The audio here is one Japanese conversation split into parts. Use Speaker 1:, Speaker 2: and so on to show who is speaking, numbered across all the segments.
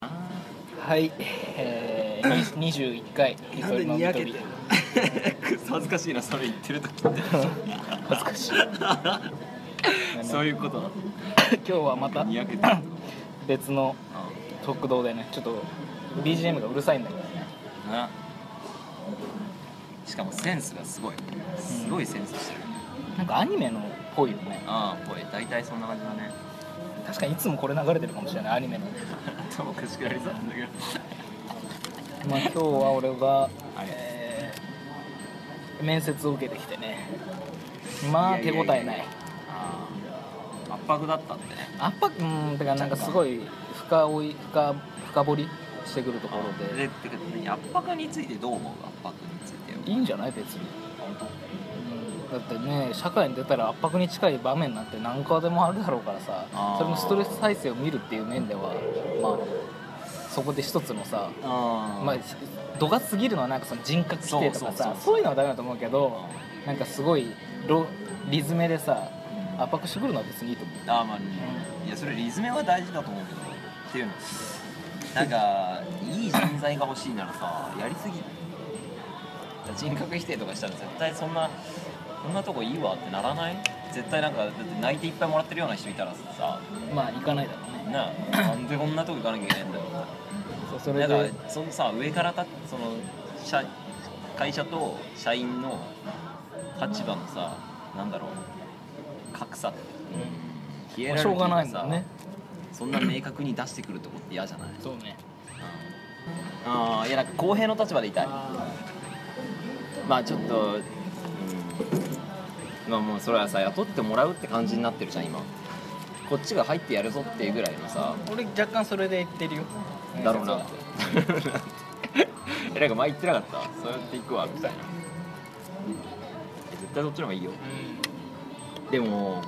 Speaker 1: はい、えー、に21回ニ
Speaker 2: な
Speaker 1: コ
Speaker 2: んで
Speaker 1: ルマ
Speaker 2: に
Speaker 1: ム
Speaker 2: や
Speaker 1: ト
Speaker 2: け
Speaker 1: ビ
Speaker 2: てんの
Speaker 3: 恥ずかしいなそれ言ってる時って
Speaker 1: 恥ずかしい
Speaker 3: そういうことな
Speaker 1: 今日はまた
Speaker 3: にやけてる
Speaker 1: 別の
Speaker 3: う
Speaker 1: 特道でねちょっと BGM がうるさいんだけどね
Speaker 3: んなしかもセンスがすごいすごいセンスしてる
Speaker 1: なんかアニメのっぽいよね
Speaker 3: ああぽい大体そんな感じだね
Speaker 1: 確かにいつもこれ流れてるかもしれないアニメの
Speaker 3: でもおかしくなりそうなんだけど
Speaker 1: まあ今日は俺が、
Speaker 3: はい
Speaker 1: えー面接を受けてきてねまあ手応えない
Speaker 3: やいやいやああ圧迫だったんでね
Speaker 1: 圧迫うんてかなんかすごい深追い深深掘りしてくるところで
Speaker 3: でてか圧迫についてどう思う圧迫について
Speaker 1: いいんじゃない別に
Speaker 3: 本当
Speaker 1: うんだってね社会に出たら圧迫に近い場面なんて何個でもあるだろうからさ
Speaker 3: あー
Speaker 1: それのストレス耐性を見るっていう面ではまあそこで一つのさ、
Speaker 3: あ
Speaker 1: まあ、度が過ぎるのはなんかその人格規定と
Speaker 3: そ
Speaker 1: か
Speaker 3: うそうそう
Speaker 1: さ
Speaker 3: そう
Speaker 1: そういうのはダメだと思うけどなんかすごいロリズメでさ圧迫してくるのは別にいいと思う
Speaker 3: あーまあ、いやそれリズムは大事だと思うけどっていうのなんかいい人材が欲しいならさやりすぎ人格否定とかしたら絶対そんなこんなとこいいわってならない絶対なんかだって泣いていっぱいもらってるような人いたらさ
Speaker 1: まあ行かないだろうね
Speaker 3: なあなんでこんなとこ行かなきゃいけないんだろう
Speaker 1: そうそれ
Speaker 3: な
Speaker 1: で
Speaker 3: んかそのさ上からたその社会社と社員の立場のさなんだろう格差ってヒエ
Speaker 1: ま
Speaker 3: ラ
Speaker 1: あし
Speaker 3: ルキ
Speaker 1: ょ
Speaker 3: ー
Speaker 1: うが
Speaker 3: が
Speaker 1: ない
Speaker 3: さ
Speaker 1: もんね
Speaker 3: そんな明確に出してくるとこって嫌じゃない
Speaker 1: そうね
Speaker 3: ああいやなんか公平の立場でいたい
Speaker 1: あ
Speaker 3: まあちょっと、うん、まあもうそれはさ雇ってもらうって感じになってるじゃん今こっちが入ってやるぞっていうぐらいのさ
Speaker 1: ー俺若干それで言ってるよ
Speaker 3: だろうなって えなんか前言ってなかったそうやって行くわみたいなえ絶対そっちの方がいいよでも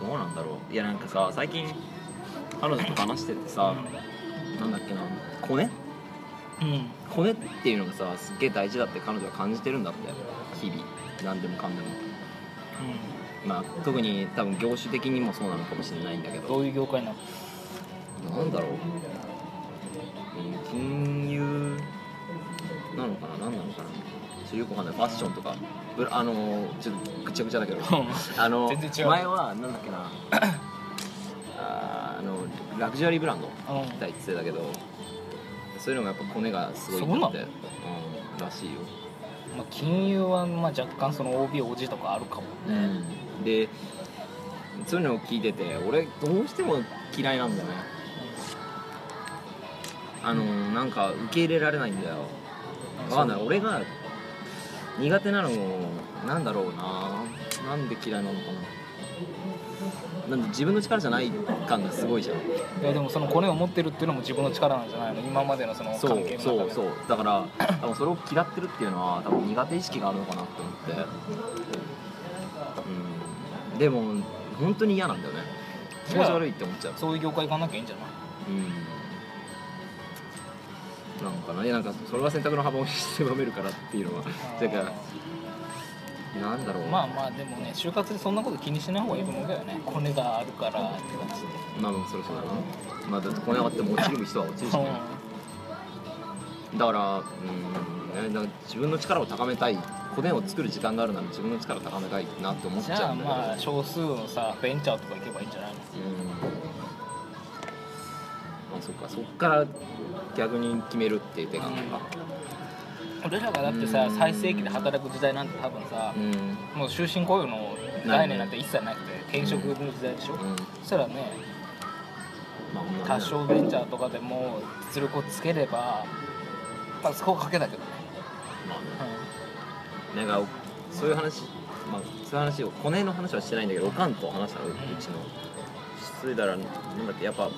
Speaker 3: どうなんだろういやなんかさ最近彼女と話しててさなんだっけなコネ
Speaker 1: うん、うん
Speaker 3: コネっていうのがさすっげえ大事だって彼女は感じてるんだって日々何でもかんでもまあ特に多分業種的にもそうなのかもしれないんだけ
Speaker 1: ど
Speaker 3: ど
Speaker 1: ういう業界なの
Speaker 3: なんだろう、うん、金融なのかな何なのかなちょっとよくわかんないファッションとかブラあのーちょっとぐちゃぐちゃだけど あの
Speaker 1: 全然違う
Speaker 3: 前はなんだっけなあーあのラグジュアリーブランド
Speaker 1: うん
Speaker 3: みたいって言ってたけどそういうのがやっぱコネがすごいんだってうん、らしいよ
Speaker 1: まあ、金融はまあ若干その OBOG とかあるかも
Speaker 3: でそういうのを聞いてて俺どうしても嫌いなんだよねあのなんか受け入れられないんだよわかんない俺が苦手なのもなんだろうななんで嫌いなのかななんで自分の力じゃない感がすごいじゃん
Speaker 1: いやでもそのコネを持ってるっていうのも自分の力なんじゃないの今までのその関
Speaker 3: そ
Speaker 1: 係
Speaker 3: う
Speaker 1: の中で
Speaker 3: そうそうだから多分それを嫌ってるっていうのは多分苦手意識があるのかなって思ってうんでも本当に嫌なんだよね気持ち悪いって思っちゃう
Speaker 1: そういう業界行かなきゃいいんじゃない
Speaker 3: うんなんかないやなんかそれは選択の幅を狭めるからっていうのはだからなんだろう
Speaker 1: まあまあでもね就活でそんなこと気にしない方がいいと思うけどねコネがあるからって感じで
Speaker 3: まあまあそれそうだなまあだってこれ上がっても落ちる人は落ちるしねだからうんねなんか自分の力を高めたいコネを作る時間があるなら自分の力を高めたいなって思っち
Speaker 1: じゃ
Speaker 3: ゃ
Speaker 1: あ
Speaker 3: うんだけど
Speaker 1: まあ少数のさベンチャーとか行けばいいんじゃないの
Speaker 3: うんまあそっかそっから逆に決めるっていう手があるのか
Speaker 1: 俺らがだってさ
Speaker 3: うん
Speaker 1: 最盛期で働く時代なんて多分さ
Speaker 3: うん、うん
Speaker 1: もう終身雇用の概念なんて一切なくて転職の時代でしょそしたらね
Speaker 3: まあ
Speaker 1: 多少ベンチャーとかでも実力をつければまあそこをかけだけどね、
Speaker 3: まあねなんかそういう話、まあ、そういう話をコネの話はしてないんだけどおかんと話したのうちのそれだらなんだっけ やっぱ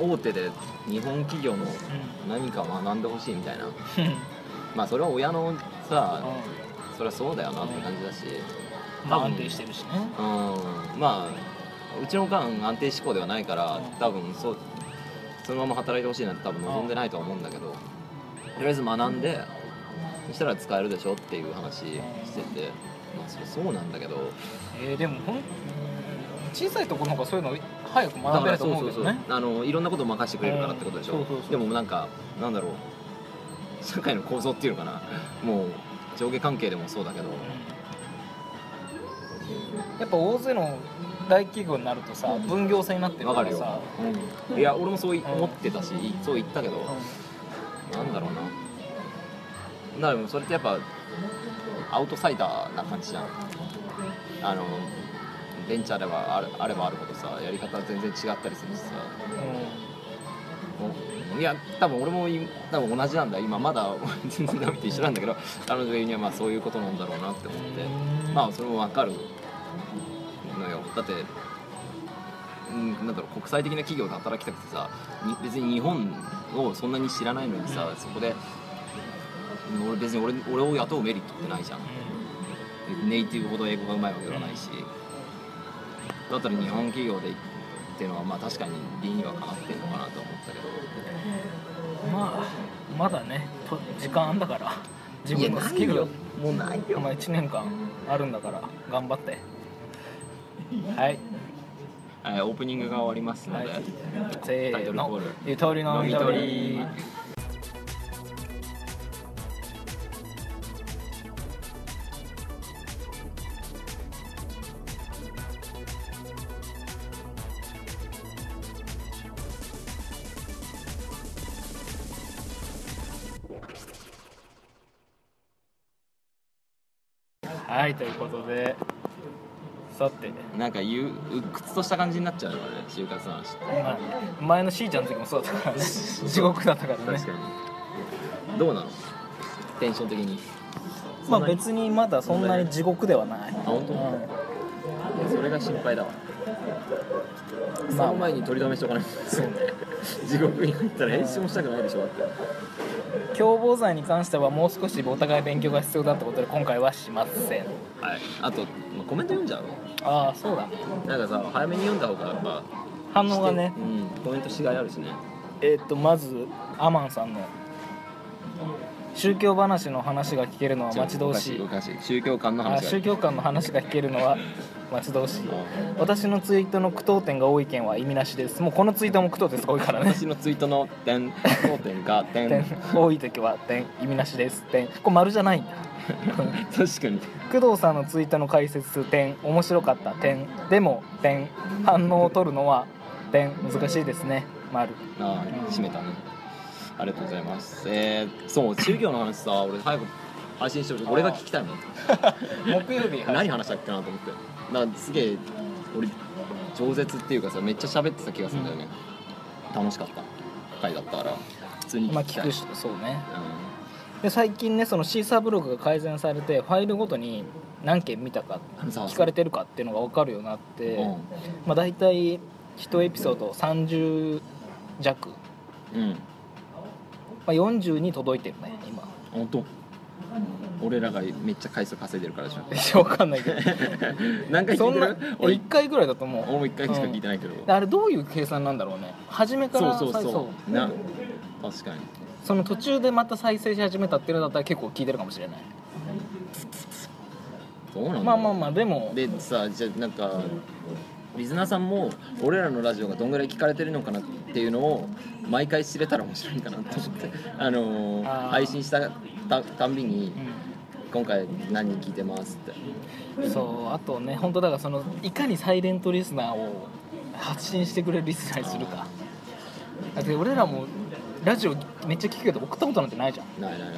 Speaker 3: 大手で日本企業の何か学んでほしいみたいな
Speaker 1: うん
Speaker 3: まあそれは親のさ
Speaker 1: う
Speaker 3: それはそうだよなって感じだし
Speaker 1: んまあ安定してるしね
Speaker 3: うんまあうちのおかん安定志向ではないから多分そうそのまま働いてほしいなんて多分望んでないとは思うんだけどとりあえず学んでそしたら使えるでしょっていう話しててまあそれそうなんだけど
Speaker 1: えーでもほん小さいところの方がそういうの早く
Speaker 3: だ
Speaker 1: 学
Speaker 3: か
Speaker 1: べ
Speaker 3: ら
Speaker 1: ると
Speaker 3: そう
Speaker 1: 思う
Speaker 3: そ
Speaker 1: け
Speaker 3: うそ
Speaker 1: ど
Speaker 3: う、
Speaker 1: ね
Speaker 3: あのいろんなことを任せてくれるからってことでしょ、
Speaker 1: うんそうそうそう
Speaker 3: でもなんかなんだろう社会の構造っていうのかなもう上下関係でもそうだけど
Speaker 1: やっぱ大勢の大企業になるとさ分業制になってる
Speaker 3: わか
Speaker 1: か
Speaker 3: る
Speaker 1: ら
Speaker 3: よ
Speaker 1: さ、
Speaker 3: うん、いや俺もそうい思ってたし、そう言ったけど、
Speaker 1: う
Speaker 3: なんだろうなだからでもそれってやっぱアウトサイダーな感じじゃんあのベンチャーではあるあればあるほどさやり方全然違ったりするしさ
Speaker 1: んうん
Speaker 3: おいや多分俺もい多分同じなんだ今まだ 全然ダメって一緒なんだけど彼女が言うにはまあそういうことなんだろうなって思ってまあそれも分かるのよだってうん、なんだろう国際的な企業で働きたくてさに別に日本をそんなに知らないのにさそこでうん俺別に俺俺を雇うメリットってないじゃんネイティブほど英語がうまいわけではないしだったら日本企業でっていうのはまあ確かに理にはかなってんのかなと思ったけど
Speaker 1: まあまだねと時間あんだから自分のスキ
Speaker 3: いやない
Speaker 1: ル
Speaker 3: よもうない
Speaker 1: まあ1年間あるんだから頑張ってはい
Speaker 3: えーオープニングが終わりますの
Speaker 1: は
Speaker 3: で、
Speaker 1: いせ
Speaker 3: タイ
Speaker 1: ー
Speaker 3: トルコー
Speaker 1: の
Speaker 3: ル
Speaker 1: ゆとりの
Speaker 3: 飲み取り
Speaker 1: はいということでさて、
Speaker 3: なんか言う鬱屈とした感じになっちゃうよね就活の話って
Speaker 1: まあ、前のしーちゃんの時もそうだったからね地獄だったからね
Speaker 3: 確かにどうなのテンション的に
Speaker 1: まあ別にまだそんなに地獄ではない
Speaker 3: あ本当それが心配だわ
Speaker 1: うん
Speaker 3: そ
Speaker 1: ま
Speaker 3: の
Speaker 1: あ
Speaker 3: 前に取りだめしとか ないと
Speaker 1: そうね
Speaker 3: 地獄に入ったら編集もしたくないでしょだって
Speaker 1: 共謀罪に関してはもう少しお互い勉強が必要だってことで今回はしません
Speaker 3: はいあと、まあ、コメント読んじゃう
Speaker 1: ああそうだね
Speaker 3: なんかさ早めに読んだ方がやっぱ
Speaker 1: 反応がね
Speaker 3: うんコメントしがいあるしね
Speaker 1: えーっとまずアマンさんの「宗教話の話が聞けるのは待ち遠し
Speaker 3: お
Speaker 1: い」
Speaker 3: かしいおかしい宗教観の
Speaker 1: あ
Speaker 3: 話が
Speaker 1: 宗教観の話が聞けるのは待ち遠しい私のツイートの句読点が多い件は意味なしですもうこのツイートも句読点すごいからね
Speaker 3: 私のツイートの点焦点が点
Speaker 1: 点多い時は点意味なしです点これ丸じゃないんだ
Speaker 3: 確かに
Speaker 1: 工藤さんのツイートの解説点面白かった点でも点反応を取るのは点難しいですね丸
Speaker 3: ああ締めたねありがとうございますえー、そう宗教の話さ俺早く配信してほしい俺が聞きたいもん
Speaker 1: 木曜日
Speaker 3: 何話したっけなと思ってなんかすげえ俺饒舌っていうかさめっちゃ喋ってた気がするんだよね、楽しかった回だったから普通に
Speaker 1: まあ
Speaker 3: 聞き
Speaker 1: 聞
Speaker 3: たい、
Speaker 1: くしそうねで最近ねそのシーサーブログが改善されてファイルごとに何件見たか
Speaker 3: うん、さ
Speaker 1: 聞かれてるかっていうのが分かるようになって、
Speaker 3: うん
Speaker 1: まあ、大体1エピソード30弱、ま
Speaker 3: うん
Speaker 1: あ、40に届いてるね今
Speaker 3: 本当俺らがめっちゃ回数稼いでるからでしょ
Speaker 1: 分かんないけど
Speaker 3: 何回
Speaker 1: そ
Speaker 3: 聞い
Speaker 1: ん
Speaker 3: て
Speaker 1: な
Speaker 3: る俺
Speaker 1: 1回ぐらいだと思
Speaker 3: 俺も一回しか聞いてないけど、
Speaker 1: うあれどういう計算なんだろうね初めか
Speaker 3: そう
Speaker 1: ら
Speaker 3: そう
Speaker 1: 再
Speaker 3: そ
Speaker 1: そう
Speaker 3: な確かに
Speaker 1: その途中でまた再生し始めたっていうのだったら結構聞いてるかもしれない
Speaker 3: そうなんだ
Speaker 1: まあまあまあでも
Speaker 3: でさじゃあなんかリズナーさんも俺らのラジオがどんぐらい聞かれてるのかなっていうのを毎回知れたら面白いかなと思ってあのー
Speaker 1: あー
Speaker 3: 配信したたたんびに
Speaker 1: う
Speaker 3: 「今回何人聞いてます」って
Speaker 1: んそうあとね本当だからそのいかにサイレントリスナーを発信してくれるリスナーにするかだって俺らもラジオめっちゃ聞くけど送ったことなんてないじゃん
Speaker 3: ないないない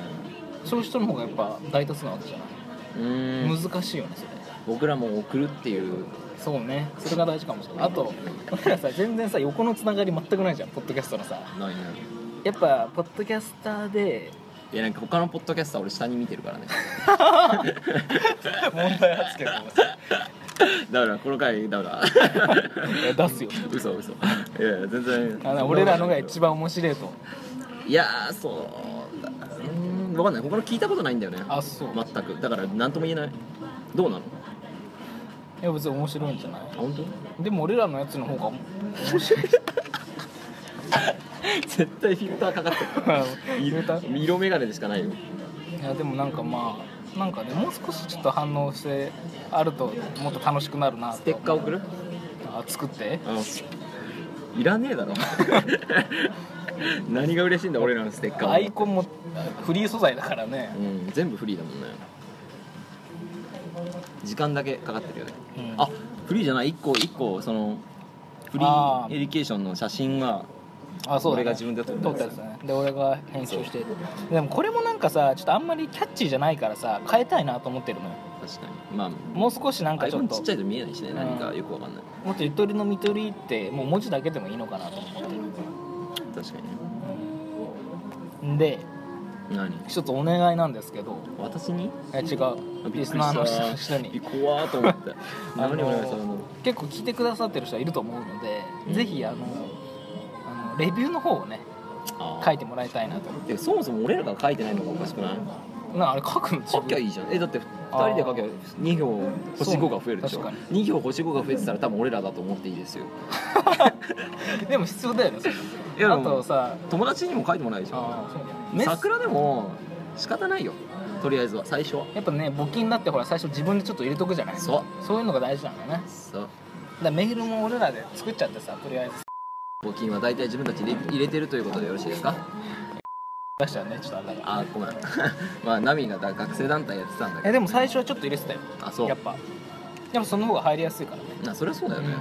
Speaker 1: そういう人の方がやっぱ大多数なわけじゃない、
Speaker 3: うーん
Speaker 1: 難しいよねそれ
Speaker 3: 僕らも送るっていう
Speaker 1: そうねそれが大事かもしれないあと俺らさ全然さ横のつながり全くないじゃんポッドキャストのさ
Speaker 3: ないない
Speaker 1: やっぱポッドキャスターで
Speaker 3: いやなんか他のポッドキャスター俺下に見てるからね
Speaker 1: 問題発言
Speaker 3: だからこの回 だから
Speaker 1: 出すよ
Speaker 3: 嘘嘘いやいや全然
Speaker 1: あの俺らのが一番面白いと
Speaker 3: いやーそうだ分かんない他の聞いたことないんだよね
Speaker 1: あそう
Speaker 3: 全くだから何とも言えないどうなの
Speaker 1: いや別に面白いんじゃない
Speaker 3: あ本当
Speaker 1: でも俺らのやつの方が面白い
Speaker 3: 絶対フィルターかかって る
Speaker 1: 言えたい
Speaker 3: 色眼鏡でしかないよ
Speaker 1: やでもなんかまあなんかねもう少しちょっと反応してあるともっと楽しくなるなと
Speaker 3: ステッカー送る
Speaker 1: あ作って
Speaker 3: うんいらねえだろ 何が嬉しいんだ俺らのステッカー
Speaker 1: アイコンもフリー素材だからね
Speaker 3: うん全部フリーだもんね時間だけかかってるよね、
Speaker 1: うん
Speaker 3: あフリーじゃない1個1個そのフリ
Speaker 1: あ
Speaker 3: ー
Speaker 1: ー
Speaker 3: エデュケーションの写真が
Speaker 1: あそうだ、ね、
Speaker 3: 俺が自分で撮った
Speaker 1: 撮っ
Speaker 3: やつ
Speaker 1: たやつだねで俺が編集してでもこれもなんかさちょっとあんまりキャッチーじゃないからさ変えたいなと思ってるのよ
Speaker 3: 確かにまあ
Speaker 1: もう少しなん
Speaker 3: ア
Speaker 1: か
Speaker 3: イ
Speaker 1: ち
Speaker 3: コ
Speaker 1: ょっ
Speaker 3: ン
Speaker 1: と
Speaker 3: ちっちゃいと見えないしね
Speaker 1: うん
Speaker 3: 何かよくわかんない
Speaker 1: もっとゆとりのみとりってもう文字だけでもいいのかなと思って
Speaker 3: 確かにね
Speaker 1: るんで
Speaker 3: 何
Speaker 1: 一つお願いなんですけど
Speaker 3: 私に
Speaker 1: え違うリスナーの人の人に
Speaker 3: 怖ーと思って
Speaker 1: あの
Speaker 3: 何もないそれも
Speaker 1: 結構聞いてくださってる人はいると思うので、
Speaker 3: うん
Speaker 1: ぜひあのあのレビューの方をね書いてもらいたいなと
Speaker 3: てそもそも俺らが書いてないのがおかしくない
Speaker 1: なあれ書くの
Speaker 3: 書きゃいいじゃんえだって2人で書きゃ2票星5が増えるでし
Speaker 1: そう
Speaker 3: ょ
Speaker 1: ね確
Speaker 3: 2票星5が増えてたら多分俺らだと思っていいですよ
Speaker 1: でも必要だよねそれ
Speaker 3: いや
Speaker 1: あとさ
Speaker 3: 友達にも書いてもらえるじゃん
Speaker 1: あーそうだよねメッセ
Speaker 3: 桜でも仕方ないよとりあえずは最初は
Speaker 1: やっぱね募金だってほら最初自分でちょっと入れとくじゃない
Speaker 3: そう
Speaker 1: そういうのが大事なんだねだか
Speaker 3: そう
Speaker 1: らメールも俺らで作っちゃってさとりあえず
Speaker 3: 募金は大体自分たちで入れてるということでよろしいですか
Speaker 1: 出したらねちょっとあれだから
Speaker 3: あごめん まあナミがだ学生団体やってたんだ
Speaker 1: え
Speaker 3: けど
Speaker 1: でも最初はちょっと入れてたよ
Speaker 3: あそう
Speaker 1: やっぱやっぱその方が入りやすいからね
Speaker 3: なそれはそうだよね、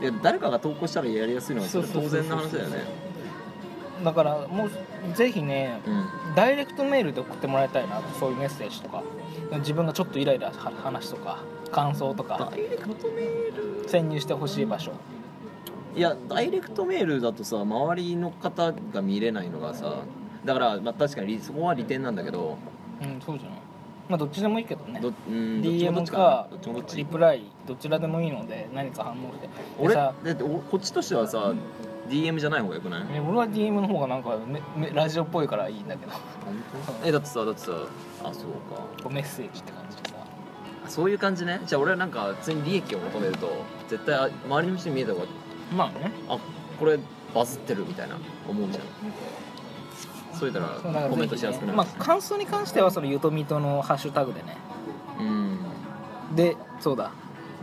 Speaker 3: で誰かが投稿したらやりやすいのはそれ
Speaker 1: そうそ
Speaker 3: 当
Speaker 1: うそうそう
Speaker 3: 然の話だよね
Speaker 1: だからもうぜひね
Speaker 3: うん
Speaker 1: ダイレクトメールで送ってもらいたいなそういうメッセージとか自分がちょっとイライラした話とか感想とか
Speaker 3: ダイレクトメール
Speaker 1: 潜入してほしい場所
Speaker 3: いやダイレクトメールだとさ周りの方が見れないのがさだから、まあ、確かにそこは利点なんだけど
Speaker 1: うんそうじゃないまあどっちでもいいけどね
Speaker 3: どうん
Speaker 1: DM
Speaker 3: か
Speaker 1: か
Speaker 3: どっちもどっち
Speaker 1: リプライどちらでもいいので何か反応して
Speaker 3: 俺
Speaker 1: でさ
Speaker 3: だっておこっちとしてはさ DM じゃない方がよくない
Speaker 1: え俺は DM の方がなんかめめラジオっぽいからいいんだけど
Speaker 3: えだってさだってさあそうか
Speaker 1: こうメッセージって感じでさ
Speaker 3: あそういう感じねじゃあ俺はなんか普通に利益を求めると絶対あ周りの人に見えた方が
Speaker 1: まあね
Speaker 3: あこれバズってるみたいな思うじゃんそういった
Speaker 1: そうだからら
Speaker 3: コメント
Speaker 1: ぜひ
Speaker 3: しやすく
Speaker 1: ね
Speaker 3: なる
Speaker 1: まあ、感想に関してはそのゆとみとのハッシュタグでね
Speaker 3: うん
Speaker 1: でそうだ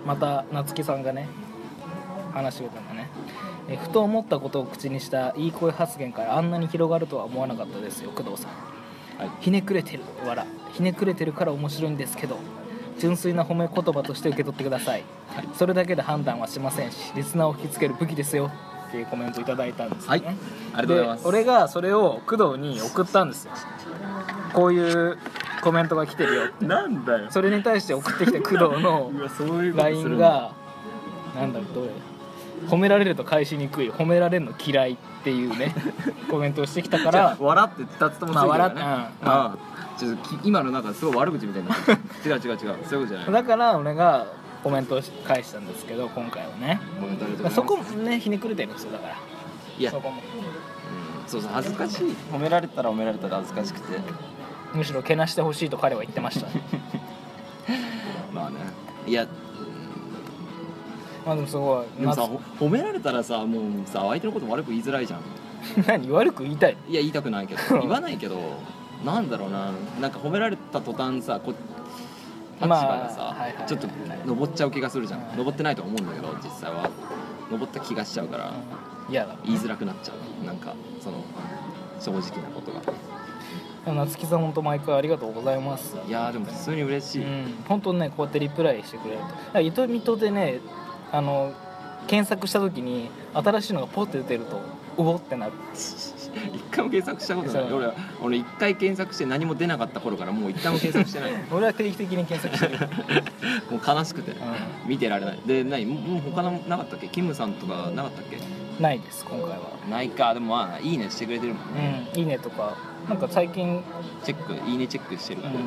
Speaker 1: また夏希さんがね話してくれたんだねえふと思ったことを口にしたいい声発言からあんなに広がるとは思わなかったですよ工藤さん
Speaker 3: はい
Speaker 1: ひねくれてる笑ひねくれてるから面白いんですけど純粋な褒め言葉として受け取ってください、それだけで判断はしませんしリスナーを引きつける武器ですよっていうコメントいただいたんですよ
Speaker 3: はい
Speaker 1: ね、
Speaker 3: ありがとうございます
Speaker 1: で俺がそれを工藤に送ったんですよこういうコメントが来てるよ
Speaker 3: なんだよ
Speaker 1: それに対して送ってきた工藤 の
Speaker 3: うわそういうことす
Speaker 1: LINE
Speaker 3: るんだ
Speaker 1: がなんだろうどれ褒められると返しにくい褒められるの嫌いっていう ねコメントをしてきたか
Speaker 3: じゃ
Speaker 1: ら
Speaker 3: あ笑って2つともついてるよね
Speaker 1: まあ笑ってうん
Speaker 3: ああちょっとき今のなんかすごい悪口みたいになってる違う 違う違うそういうことじゃない
Speaker 1: だから俺がコメントを返したんですけど今回はね
Speaker 3: コメントありがとうございます
Speaker 1: そこもねひねくれてるんですよだから
Speaker 3: いや
Speaker 1: そこも
Speaker 3: うんそうそう恥ずかしい褒められたら褒められたら恥ずかしくて
Speaker 1: むしろけなしてほしいと彼は言ってま した、ね、
Speaker 3: まあねいや
Speaker 1: まあでもすごい
Speaker 3: でもさ
Speaker 1: 夏
Speaker 3: ほ褒められたらさもうさ相手のこと悪く言いづらいじゃん
Speaker 1: 何悪く言いたい
Speaker 3: いや言いたくないけど 言わないけどなんだろうななんか褒められた途端さこ立場
Speaker 1: まあ
Speaker 3: がさ、
Speaker 1: はいはい
Speaker 3: ちょっと登っちゃう気がするじゃん、
Speaker 1: うん
Speaker 3: 登ってないと思うんだけど実際は登った気がしちゃうから
Speaker 1: 嫌だ
Speaker 3: 言いづらくなっちゃうなんかその正直なことが
Speaker 1: でも夏希さん本当毎回ありがとうございます
Speaker 3: いやーでも普通に嬉し
Speaker 1: う
Speaker 3: い、
Speaker 1: ん本当ねこうやってリプライしてくれるとだからゆとみとでねあの検索した時に新しいのがポッて出てるとうおってなる
Speaker 3: 一回も検索したことない
Speaker 1: そう
Speaker 3: 俺は俺一回検索して何も出なかった頃からもう一回も検索してない
Speaker 1: 俺は定期的に検索してる、
Speaker 3: もう悲しくて見てられないで何ももう他のなかったっけキムさんとかなかったっけ
Speaker 1: うん、ないです今回は
Speaker 3: ないかでもまあいいねしてくれてるもんね
Speaker 1: うんいいねとかなんか最近、
Speaker 3: チェックいいねチェックしてる
Speaker 1: う
Speaker 3: から、
Speaker 1: ん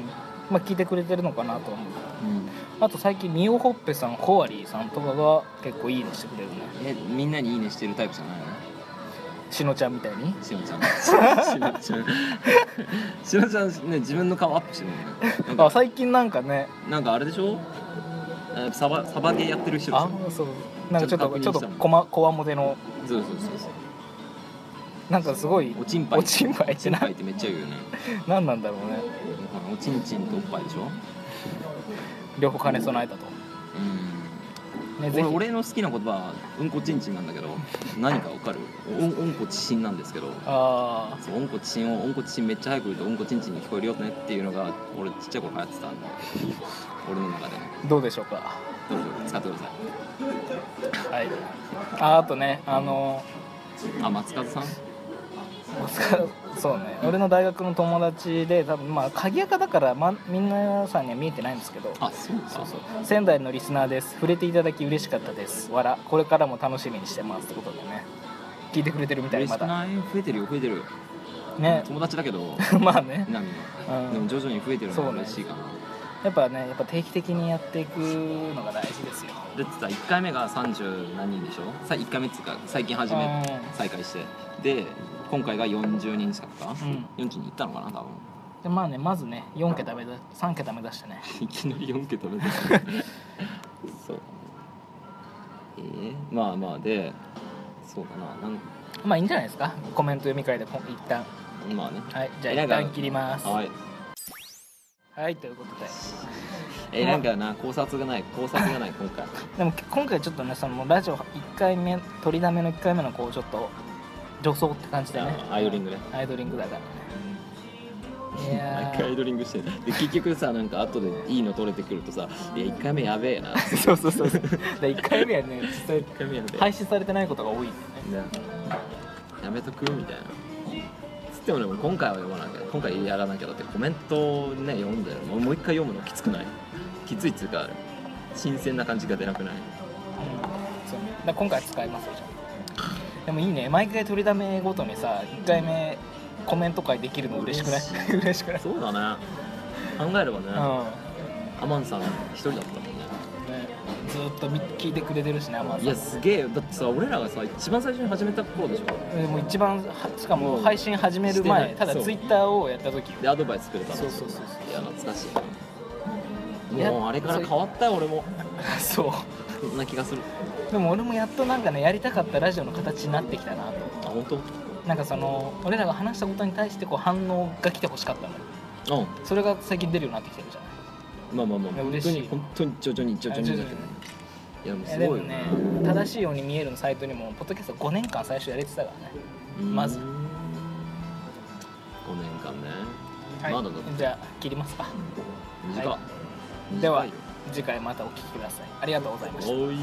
Speaker 1: まあ、聞いてくれてるのかなと思う
Speaker 3: うん
Speaker 1: あと最近ミオホッペさんホアリーさんとかが結構いいねしてくれるね
Speaker 3: えみんなにいいねしてるタイプじゃないの
Speaker 1: しのちゃんみたいに
Speaker 3: しのちゃんし のちゃんしのちゃんね自分の顔アップしてるもんねなん
Speaker 1: あ
Speaker 3: か
Speaker 1: 最近なんかね
Speaker 3: なんかあれでしょえサバサバゲーやってる人でし
Speaker 1: あ
Speaker 3: ょ
Speaker 1: そうなんかちょっと
Speaker 3: ち
Speaker 1: ちょっ
Speaker 3: ょっと確認した
Speaker 1: と
Speaker 3: もん
Speaker 1: こまこわもての
Speaker 3: そうそうそうそう
Speaker 1: なんかすごい
Speaker 3: おちんぱい
Speaker 1: おちんぱい
Speaker 3: お
Speaker 1: っ
Speaker 3: ち
Speaker 1: て
Speaker 3: ん
Speaker 1: な
Speaker 3: ぱいってめっちゃ言うよね
Speaker 1: 何なんだろうね
Speaker 3: ほらおちんちんとおっぱいでしょ
Speaker 1: 両方兼ね備えたと
Speaker 3: うん
Speaker 1: ねぜ
Speaker 3: 俺
Speaker 1: ひ
Speaker 3: 俺の好きな言葉はうんこちんちんなんだけど何かわかるおうんうんこちしんなんですけど
Speaker 1: あ
Speaker 3: そううんこちしんをうんこちしんめっちゃ早く言うとうんこちんちんに聞こえるよねっていうのが俺ちっちゃい頃流行って たんで俺の中でね
Speaker 1: あどうでしょうか
Speaker 3: どうぞ使ってくださ
Speaker 1: は
Speaker 3: い
Speaker 1: いああとねあの
Speaker 3: あ松和さん
Speaker 1: お疲れそうね俺の大学の友達で多分まあ鍵垢だから、ま、みんなさんには見えてないんですけど
Speaker 3: あそうか
Speaker 1: そうそう仙台のリスナーです触れていただき嬉しかったですわらこれからも楽しみにしてますってことでね聞いてくれてるみたい
Speaker 3: 嬉
Speaker 1: ま
Speaker 3: しく
Speaker 1: だ
Speaker 3: ない増えてるよ増えてる
Speaker 1: ね
Speaker 3: 友達だけど
Speaker 1: まあね、
Speaker 3: 南
Speaker 1: うん
Speaker 3: のでも徐々に増えてるの
Speaker 1: そ
Speaker 3: が
Speaker 1: うね
Speaker 3: 嬉しいかな
Speaker 1: やっぱねやっぱ定期的にやっていくのが大事ですよ
Speaker 3: だってさ1回目が30何人でしょさ1回目っつうか最近始め
Speaker 1: う
Speaker 3: 再開してで今回が40人近くか、
Speaker 1: ん
Speaker 3: 40人いったのかな多分
Speaker 1: んでまあねまずね4桁目だ3桁目出してね
Speaker 3: いきなり4桁目だそうえー、まあまあでそうだななん
Speaker 1: まあいいんじゃないですかコメント読み会でこ一旦
Speaker 3: まあね
Speaker 1: はいじゃあ
Speaker 3: えな
Speaker 1: 一
Speaker 3: んか
Speaker 1: 旦切ります
Speaker 3: はい
Speaker 1: はいということで
Speaker 3: えー、なんかな考察がない考察がない今 回
Speaker 1: でも今回ちょっとねそのラジオ1回目取りだめの1回目のこうちょっと助走って感じでね
Speaker 3: あアイドリングね
Speaker 1: アイドリングだからねいや
Speaker 3: 毎回アイ
Speaker 1: ー
Speaker 3: ドリングしてるで結局さなんか後でいいの取れてくるとさ「いや1回目やべえな」
Speaker 1: そうそうそうそう で1回目はね実際
Speaker 3: 1回目やべえ
Speaker 1: 配信されてないことが多いんでね
Speaker 3: ねやめとくみたいなつってもでも今回は読まなきゃ今回やらなきゃだってコメントをね読んだよもうもう一回読むのきつくないきついっつうか新鮮な感じが出なくない
Speaker 1: うんそうねだから今回は使いますよじゃあでもいいね毎回取りだめごとにさ1回目コメント会できるの嬉しくない
Speaker 3: 嬉
Speaker 1: 嬉しくない
Speaker 3: そうだね考えればね、
Speaker 1: うん
Speaker 3: アマンさん一人だったもんね
Speaker 1: ねずーっとみ聞いてくれてるしねアマン
Speaker 3: い
Speaker 1: さ
Speaker 3: や
Speaker 1: ん
Speaker 3: すげえよだってさ俺らがさ一番最初に始めた頃でしょ
Speaker 1: でも一番はしか
Speaker 3: も
Speaker 1: も
Speaker 3: う
Speaker 1: 配信始める
Speaker 3: してな
Speaker 1: 前
Speaker 3: い
Speaker 1: ただ
Speaker 3: そう
Speaker 1: ツイッターをやった時
Speaker 3: でアドバイスくれたの
Speaker 1: そうそうそう
Speaker 3: いや懐かしい
Speaker 1: いや
Speaker 3: なもうあれから変わったよ俺も
Speaker 1: そ
Speaker 3: そんな気がする
Speaker 1: うでも俺もやっとなんかねやりたかったラジオの形になってきたなと
Speaker 3: あ本当
Speaker 1: なんかその俺らが話したことに対してこう反応が来てほしかったのよ
Speaker 3: うん
Speaker 1: それが最近出るようになってきてるじゃない
Speaker 3: まあまあまあ
Speaker 1: いや
Speaker 3: 本
Speaker 1: 嬉
Speaker 3: 当
Speaker 1: し
Speaker 3: に
Speaker 1: い
Speaker 3: 本当に徐々に徐々に
Speaker 1: あ
Speaker 3: だ
Speaker 1: 徐々
Speaker 3: けど
Speaker 1: に
Speaker 3: いやもう
Speaker 1: いや
Speaker 3: す
Speaker 1: で
Speaker 3: ご
Speaker 1: も
Speaker 3: いよ
Speaker 1: ね正しいように見えるのサイトにもポッドキャスト5年間最初やれてたからね
Speaker 3: うん
Speaker 1: まず
Speaker 3: 5年間ね、
Speaker 1: はい
Speaker 3: まだだって
Speaker 1: じゃあ切りますか
Speaker 3: 短っ、
Speaker 1: はい
Speaker 3: 短いよ
Speaker 1: では次回またお聞きくださいありがとうございました
Speaker 3: おい